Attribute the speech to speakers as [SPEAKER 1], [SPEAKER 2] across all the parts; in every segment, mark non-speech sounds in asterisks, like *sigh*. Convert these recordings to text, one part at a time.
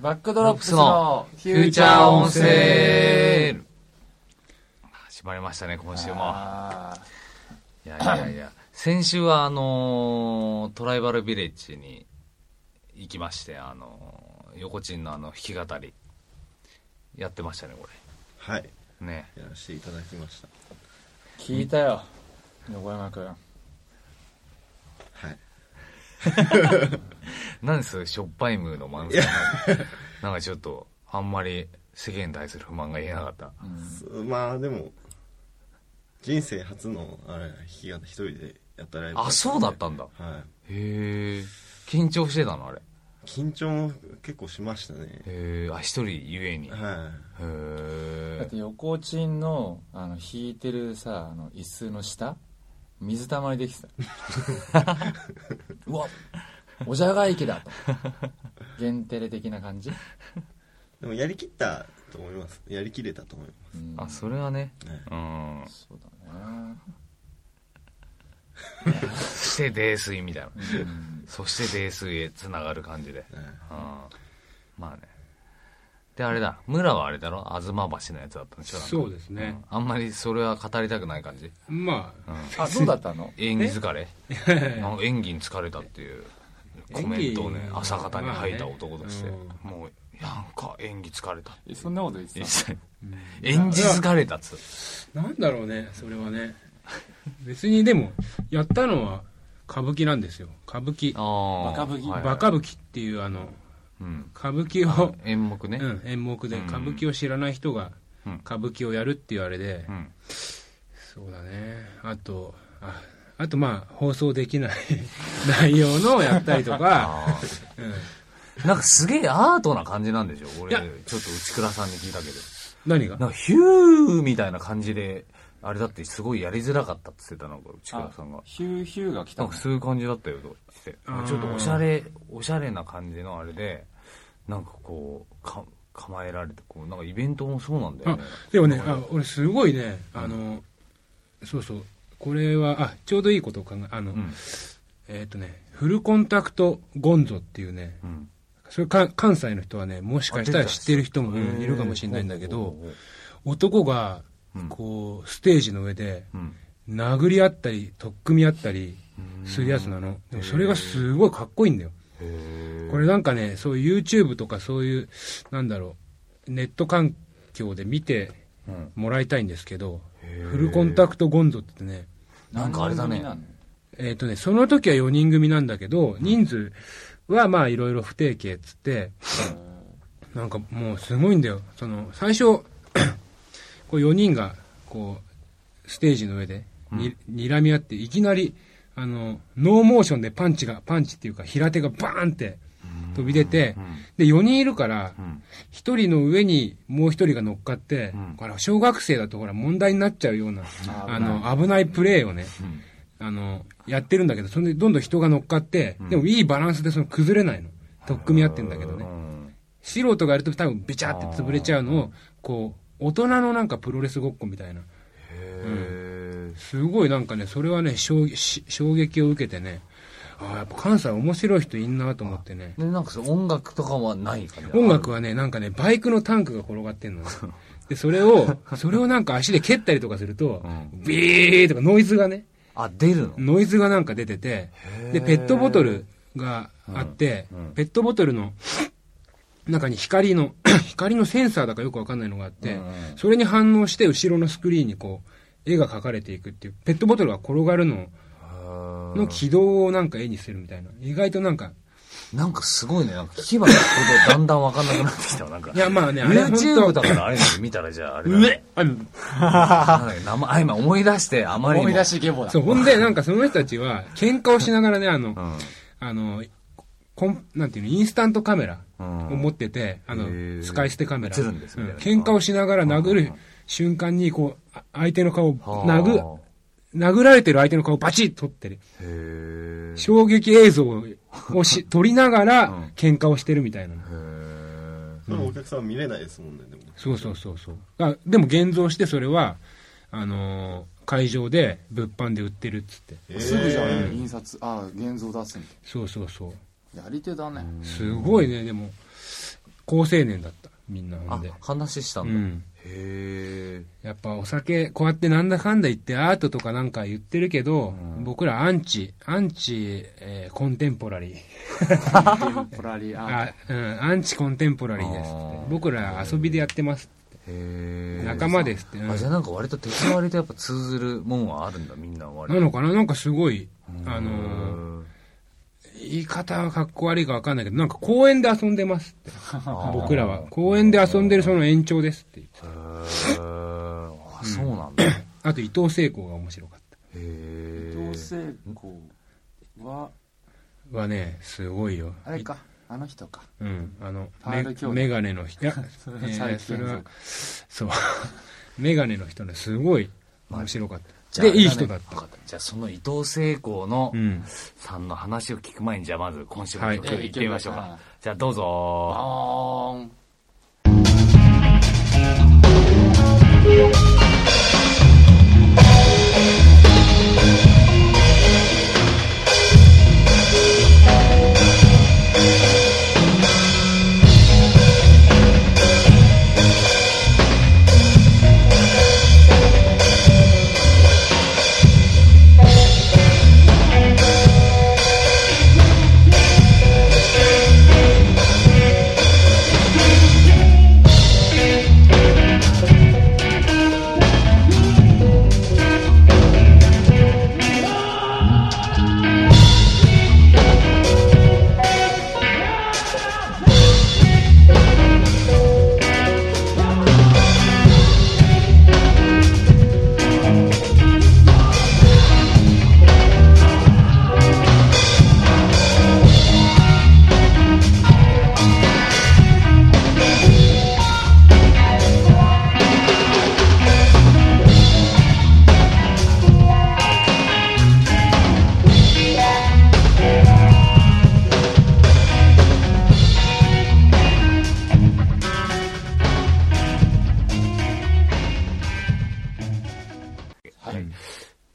[SPEAKER 1] バックドロップスのフューチャー音声
[SPEAKER 2] 縛りましたね、今週も。
[SPEAKER 1] あ
[SPEAKER 2] いやいやいや。先週は、あのートライバルビレッジに行きまして、あのー横鎮のあの、弾き語り。やってましたね、こ
[SPEAKER 3] はい
[SPEAKER 2] れ。ね。
[SPEAKER 3] やらせていただきました
[SPEAKER 1] ー聞いたよ横山君
[SPEAKER 3] はい
[SPEAKER 2] なんですしょっぱいムード満載の。なんかちょっと、あんまり世間に対する不満が言えなかった。
[SPEAKER 3] すまあでも人生初のあれ弾き語り一人でやったライブ
[SPEAKER 2] あ、そうだったんだ。へ
[SPEAKER 3] たはい
[SPEAKER 2] え。緊張してたの、あれ。
[SPEAKER 3] 緊張も結構しましたね
[SPEAKER 2] へえ。あ、一人ゆえに。へ
[SPEAKER 3] は
[SPEAKER 1] だっ
[SPEAKER 2] え。
[SPEAKER 1] て横チンのあの引いてるさあの椅子の下水たまりできてた
[SPEAKER 4] *laughs*
[SPEAKER 1] うわおじゃが池だと限テレ的な感じ、
[SPEAKER 3] いでもやりきったと思いますやりきれたと思いま
[SPEAKER 1] うん
[SPEAKER 2] あ、それはね。
[SPEAKER 3] すね
[SPEAKER 2] うん。
[SPEAKER 1] そうだね
[SPEAKER 2] そして泥酔みたいな。
[SPEAKER 1] うん
[SPEAKER 2] そして泥酔へ繋がる感じで。うん。
[SPEAKER 3] はい
[SPEAKER 2] まあね。で、あれだ。村はあれだろ吾妻橋のやつだったんでしょなんか
[SPEAKER 5] そうですね
[SPEAKER 2] んあんまりそれは語りたくない感じ。
[SPEAKER 5] まあ、
[SPEAKER 1] あどうだったの
[SPEAKER 2] 演技疲れ *laughs* なんか演技に疲れたっていうコメントをね
[SPEAKER 5] 演技
[SPEAKER 2] 朝方に吐いた男として、
[SPEAKER 5] ま
[SPEAKER 2] もうなんか演技疲れた
[SPEAKER 4] えそんなこと言ってた
[SPEAKER 2] 演じ疲れたっつ
[SPEAKER 5] なんだろうね、それはね。別にでも、やったのは歌舞伎なんですよ。歌舞伎。
[SPEAKER 2] あ
[SPEAKER 4] バカブギ
[SPEAKER 5] バカ、舞伎っていうあの、
[SPEAKER 2] うん、
[SPEAKER 5] 歌舞伎を、
[SPEAKER 2] 演目ね、
[SPEAKER 5] うん、演目で
[SPEAKER 2] うん
[SPEAKER 5] 歌舞伎を知らない人が
[SPEAKER 2] うん
[SPEAKER 5] 歌舞伎をやるっていうあれで、
[SPEAKER 2] うん
[SPEAKER 5] そうだね。あと、ああとまあ、放送できない *laughs* 内容のをやったりとか、
[SPEAKER 2] あ
[SPEAKER 5] うん、
[SPEAKER 2] ーなんかすげえアートな感じなんでしょ俺
[SPEAKER 5] いや
[SPEAKER 2] ちょっと内倉さんに聞いたけど
[SPEAKER 5] 何が
[SPEAKER 2] なんかヒューみたいな感じであれだってすごいやりづらかったって言ってたなんか内倉さんが
[SPEAKER 4] ヒューヒューが来
[SPEAKER 2] な
[SPEAKER 4] た
[SPEAKER 2] んかそういう感じだったよとして
[SPEAKER 5] あー
[SPEAKER 2] ちょっとおしゃれおしゃれな感じのあれでなんかこうか構えられてこうなんかイベントもそうなんだよ
[SPEAKER 5] あ
[SPEAKER 2] ね
[SPEAKER 5] でもねあ俺すごいねあの、そうそうこれはあちょうどいいことを考えあの、
[SPEAKER 2] うん
[SPEAKER 5] えっ、とねフルコンタクトゴンゾっていうね
[SPEAKER 2] うん
[SPEAKER 5] それか関西の人はねもしかしたら知ってる人もうんいるかもしれないんだけど男が
[SPEAKER 2] うん
[SPEAKER 5] こうステージの上で
[SPEAKER 2] うん
[SPEAKER 5] 殴り合ったり取っ組み合ったりするやつなのでもそれがすごいかっこいいんだよ
[SPEAKER 2] へ
[SPEAKER 5] これなんかね、そういう YouTube とかそういう、なんだろう、ネット環境で見て
[SPEAKER 2] うん
[SPEAKER 5] もらいたいんですけど、
[SPEAKER 2] へー
[SPEAKER 5] フルコンタクトゴンゾってね、
[SPEAKER 2] なんかあれだね
[SPEAKER 4] 何人組なの
[SPEAKER 5] えっ、とね、その時は4人組なんだけど、人数はまあいろいろ不定形っつって、なんかもうすごいんだよ。その、最初、 *coughs* こう4人が、こう、ステージの上でに、睨み合って、いきなり、あの、ノーモーションでパンチが、パンチっていうか平手がバーンって飛び出て、で、4人いるから、
[SPEAKER 2] うん
[SPEAKER 5] 一人の上にもう一人が乗っかって、
[SPEAKER 2] うん
[SPEAKER 5] これ小学生だとほら問題になっちゃうような、
[SPEAKER 4] あ
[SPEAKER 5] あの、危ないプレーをね、
[SPEAKER 2] ん
[SPEAKER 5] あの、やってるんだけど、それでどんどん人が乗っかって、でもいいバランスでその崩れないの。取っ組み合ってんだけど
[SPEAKER 2] う
[SPEAKER 5] ね。
[SPEAKER 2] ん
[SPEAKER 5] 素人がやると多分ビチャーって潰れちゃうのを、こう、大人のなんかプロレスごっこみたいな。
[SPEAKER 2] へ
[SPEAKER 5] すごいなんかね、それはね、衝し衝撃を受けてね、ああ、やっぱ関西面白い人いんなと思ってね
[SPEAKER 2] え。でなんかその音楽とかはない感じ
[SPEAKER 5] 音楽はね、なんかね、バイクのタンクが転がってんのね。で、それを、それをなんか足で蹴ったりとかすると、ビーとかノイズがね、
[SPEAKER 2] あ出るの
[SPEAKER 5] ノイズがなんか出てて、で、ペットボトルがあって、ペットボトルの中に光の、 *clears throat* 光のセンサーだかよくわかんないのがあって、それに反応して後ろのスクリーンにこう、絵が描かれていくっていう、ペットボトルが転がるの
[SPEAKER 2] へ
[SPEAKER 5] の軌道をなんか絵にするみたいな。意外となんか、
[SPEAKER 2] えなんかすごいねなんか聞けば聞くほどだんだんわかんなくなってきたわなんか
[SPEAKER 5] いやまあね、あれは本
[SPEAKER 2] YouTube
[SPEAKER 5] 当
[SPEAKER 2] だからあれ見たらじゃああれだねなんだっけ名前あ今思い出してあまりにも
[SPEAKER 4] 思い出しゲボだ
[SPEAKER 5] そう、ほんで、なんかその人たちは、喧嘩をしながらね、あの、
[SPEAKER 2] ん
[SPEAKER 5] あの、こん、なんていうの、インスタントカメラを
[SPEAKER 2] うん
[SPEAKER 5] 持ってて、あ
[SPEAKER 2] へえ
[SPEAKER 5] の、使い捨てカメラ。
[SPEAKER 2] 映るんですね
[SPEAKER 5] う喧嘩をしながら殴る瞬間に、こう、あ相手の顔を殴、殴られてる相手の顔をバチッと撮ってる。
[SPEAKER 2] へえ
[SPEAKER 5] 衝撃映像ををし、
[SPEAKER 2] *laughs*
[SPEAKER 5] 撮りながら、喧嘩をしてるみたいな。
[SPEAKER 3] それはお客さん見れないですもんねでも
[SPEAKER 5] そうそうそうそう。あでも現像して、それは、あのー会場で物販で売ってるっつって。
[SPEAKER 3] えー
[SPEAKER 4] すぐじゃん印刷ああ現像出すん
[SPEAKER 5] そうそうそう。
[SPEAKER 4] だやり手だね
[SPEAKER 5] すごいね、でも、高青年だったみんなほ
[SPEAKER 2] あ
[SPEAKER 5] んで、
[SPEAKER 2] 話した
[SPEAKER 5] うん
[SPEAKER 2] だ。
[SPEAKER 5] ん、
[SPEAKER 2] へえ。
[SPEAKER 5] やっぱお酒こうやってなんだかんだ言ってアートとかなんか言ってるけど、僕らアンチアンチ、えーコンテンポラリー
[SPEAKER 1] ポラリアー
[SPEAKER 5] あ、うん、アンチコンテンポラリーです
[SPEAKER 2] あ
[SPEAKER 5] って
[SPEAKER 2] ー
[SPEAKER 5] 僕ら遊びでやってます
[SPEAKER 2] へえ。
[SPEAKER 5] 仲間ですって、うん
[SPEAKER 2] あ、じゃあなんか割と手触りとやっぱ通ずるもんはあるんだ、みんな割
[SPEAKER 5] な
[SPEAKER 2] と。
[SPEAKER 5] のかななんかすごいあ
[SPEAKER 2] う
[SPEAKER 5] のー
[SPEAKER 2] ん
[SPEAKER 5] 言い方はかっこ悪いかわかんないけどなんか公園で遊んでますって
[SPEAKER 2] あー
[SPEAKER 5] 僕らは公園で遊んでるその延長ですって言って
[SPEAKER 2] へえ。あ、そうなんだ。へ
[SPEAKER 5] あと伊藤聖子が面白かっ
[SPEAKER 2] え。
[SPEAKER 4] 伊藤聖子は
[SPEAKER 5] たはねすごいよ
[SPEAKER 4] あれかあの人か
[SPEAKER 5] うんあの
[SPEAKER 4] パール兄弟
[SPEAKER 5] メメガネの
[SPEAKER 2] *laughs*
[SPEAKER 5] 人いや
[SPEAKER 4] それは
[SPEAKER 5] えー
[SPEAKER 4] 最
[SPEAKER 5] そ
[SPEAKER 4] 近
[SPEAKER 5] れ
[SPEAKER 4] そ
[SPEAKER 5] は
[SPEAKER 4] うか
[SPEAKER 5] そう *laughs* メガネの人ねすごい面白かっ
[SPEAKER 2] じ
[SPEAKER 5] た
[SPEAKER 2] ゃあ
[SPEAKER 5] でいい人だっ
[SPEAKER 2] わか
[SPEAKER 5] た
[SPEAKER 2] たじゃあその伊藤聖子の、
[SPEAKER 5] うん
[SPEAKER 2] さんの話を聞く前に、じゃあまず今週の曲
[SPEAKER 4] はい
[SPEAKER 2] いってみましょうか。
[SPEAKER 4] ええ
[SPEAKER 2] じ
[SPEAKER 4] 行きましょ
[SPEAKER 2] ゃあどうぞ。
[SPEAKER 4] あーん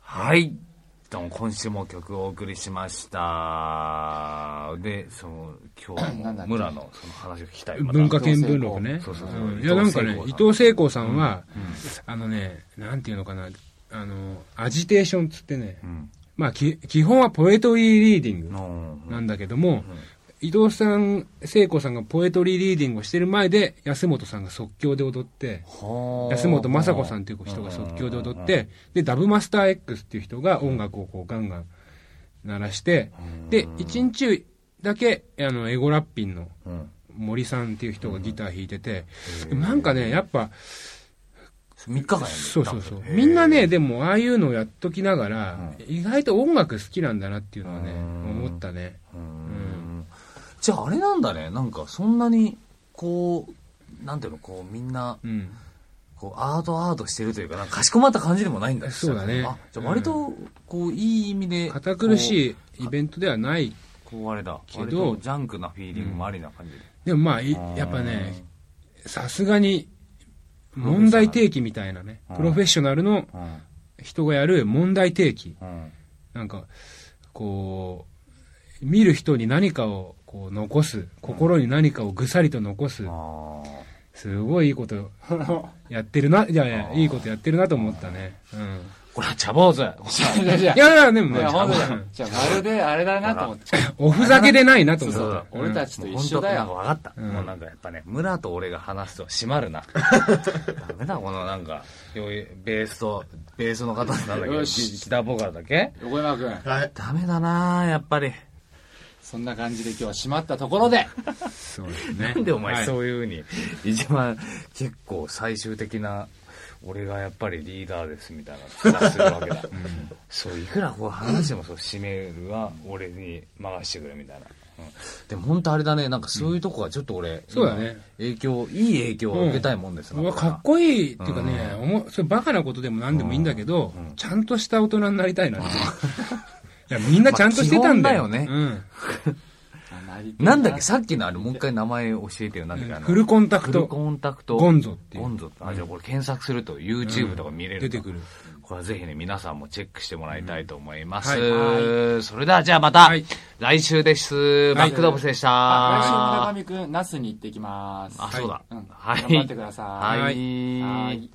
[SPEAKER 2] はい。どうも今週も曲をお送りしました。で、その、今日
[SPEAKER 4] なんだ
[SPEAKER 2] も
[SPEAKER 4] っけ
[SPEAKER 2] 村のその話を聞きたい。また
[SPEAKER 5] 文化見聞録ね
[SPEAKER 2] そうそうそううん
[SPEAKER 5] いやなんかね伊藤聖子さんは、
[SPEAKER 2] うん
[SPEAKER 5] あのねなんていうのかなあのアジテーションっつってね、
[SPEAKER 2] うん。
[SPEAKER 5] まあき基本はポエトリーリーディング
[SPEAKER 2] の
[SPEAKER 5] なんだけども、伊藤さん聖子さんがポエトリーリーディングをしてる前で安本さんが即興で踊って安本雅子さんっていう人が即興で踊っ、てでダブマスター X っていう人が音楽をこうガンガン鳴らしてで1日だけあのエゴラッピンの
[SPEAKER 2] うんうん
[SPEAKER 5] 森さんっていう人がギター弾いてて、でもなんかねやっぱ
[SPEAKER 2] 3日間やる
[SPEAKER 5] そうそうそうみんなねでもああいうのをやっときながら、意外と音楽好きなんだなっていうのはね
[SPEAKER 2] うん
[SPEAKER 5] 思ったね
[SPEAKER 2] うんじゃああれなんだねなんかそんなにこうなんていうのこうみんな
[SPEAKER 5] うん
[SPEAKER 2] こうアートアートしてるというかなんかかしこまった感じでもないんだ
[SPEAKER 5] そうだね
[SPEAKER 2] あじゃあ割とこういい意味で
[SPEAKER 5] 堅苦
[SPEAKER 2] い
[SPEAKER 5] しいイベントではない
[SPEAKER 2] こうあれだ
[SPEAKER 5] けど
[SPEAKER 2] 割とジャンクなフィーリングもありな感じで
[SPEAKER 5] でもまあいやっぱねさすがに問題提起みたいなね
[SPEAKER 2] うん
[SPEAKER 5] プロフェッショナルの
[SPEAKER 2] うん
[SPEAKER 5] 人がやる問題提起
[SPEAKER 2] うん
[SPEAKER 5] なんかこう見る人に何かをこう残す心に何かをぐさりと残す
[SPEAKER 2] あ
[SPEAKER 5] すごいいいこと
[SPEAKER 2] *laughs*
[SPEAKER 5] やってるないやいやいいことやってるなと思ったねうん
[SPEAKER 2] ーこれは茶坊主
[SPEAKER 4] いやいや
[SPEAKER 5] いやいやでも
[SPEAKER 4] い
[SPEAKER 5] ね
[SPEAKER 4] や本当だよじゃあまるであれだなと思って
[SPEAKER 5] おふざけでないなと思
[SPEAKER 2] そう
[SPEAKER 5] っ
[SPEAKER 2] だ
[SPEAKER 5] た
[SPEAKER 4] 俺たちと一緒だよ
[SPEAKER 2] 分かった、
[SPEAKER 5] ん
[SPEAKER 2] もうなんかやっぱね村と俺が話すと締まるなダメだこのなんかよいベースとベースの方なんだけど
[SPEAKER 4] よし
[SPEAKER 2] 北ボーカルだけ
[SPEAKER 4] 横山君
[SPEAKER 3] はい。
[SPEAKER 2] ダメだなやっぱり
[SPEAKER 4] そんな感じで今日は締まったところで
[SPEAKER 5] そうですね
[SPEAKER 2] なんでお
[SPEAKER 5] は
[SPEAKER 2] 前
[SPEAKER 5] い
[SPEAKER 2] そういうふうに、一番結構最終的な俺がやっぱりリーダーですみたいな気がするわけ
[SPEAKER 5] *laughs*
[SPEAKER 2] だ、そういくらこう話してもそう締めるは俺に任してくれみたいな、うんでも本当あれだねなんかそういうとこはちょっと俺、
[SPEAKER 5] そうだね
[SPEAKER 2] 影響いい影響を受けたいもんですな
[SPEAKER 5] うわ
[SPEAKER 2] これは
[SPEAKER 5] かっこいいっていうかね、おもそれバカなことでも何でもいいんだけど、ちゃんとした大人 *laughs* になりたいなっていやみんなちゃんとしてたんだよ,、
[SPEAKER 2] まあ基本だよ
[SPEAKER 5] うん、
[SPEAKER 4] まあ
[SPEAKER 1] りてえ
[SPEAKER 2] *laughs* なんだっけさっきのあれ、もう一回名前教えてよ。なんだっけあの
[SPEAKER 5] フルコンタク
[SPEAKER 2] フル
[SPEAKER 5] ト
[SPEAKER 2] コンタクト。
[SPEAKER 5] ゴンゾっていう
[SPEAKER 2] ゴンゾって。あ、じゃあこれ検索すると YouTube とか見れる、
[SPEAKER 5] 出てくる。
[SPEAKER 2] これはぜひね、皆さんもチェックしてもらいたいと思います。
[SPEAKER 5] うん
[SPEAKER 2] それではじゃあまた、
[SPEAKER 5] はい
[SPEAKER 2] 来週です。バ
[SPEAKER 5] はい
[SPEAKER 2] ックドーブスでした。
[SPEAKER 1] あ来週村上くん那須に行ってきます
[SPEAKER 2] あ、そうだ。
[SPEAKER 1] うん
[SPEAKER 2] はい
[SPEAKER 1] 頑張ってください
[SPEAKER 2] は。
[SPEAKER 5] はい
[SPEAKER 1] はい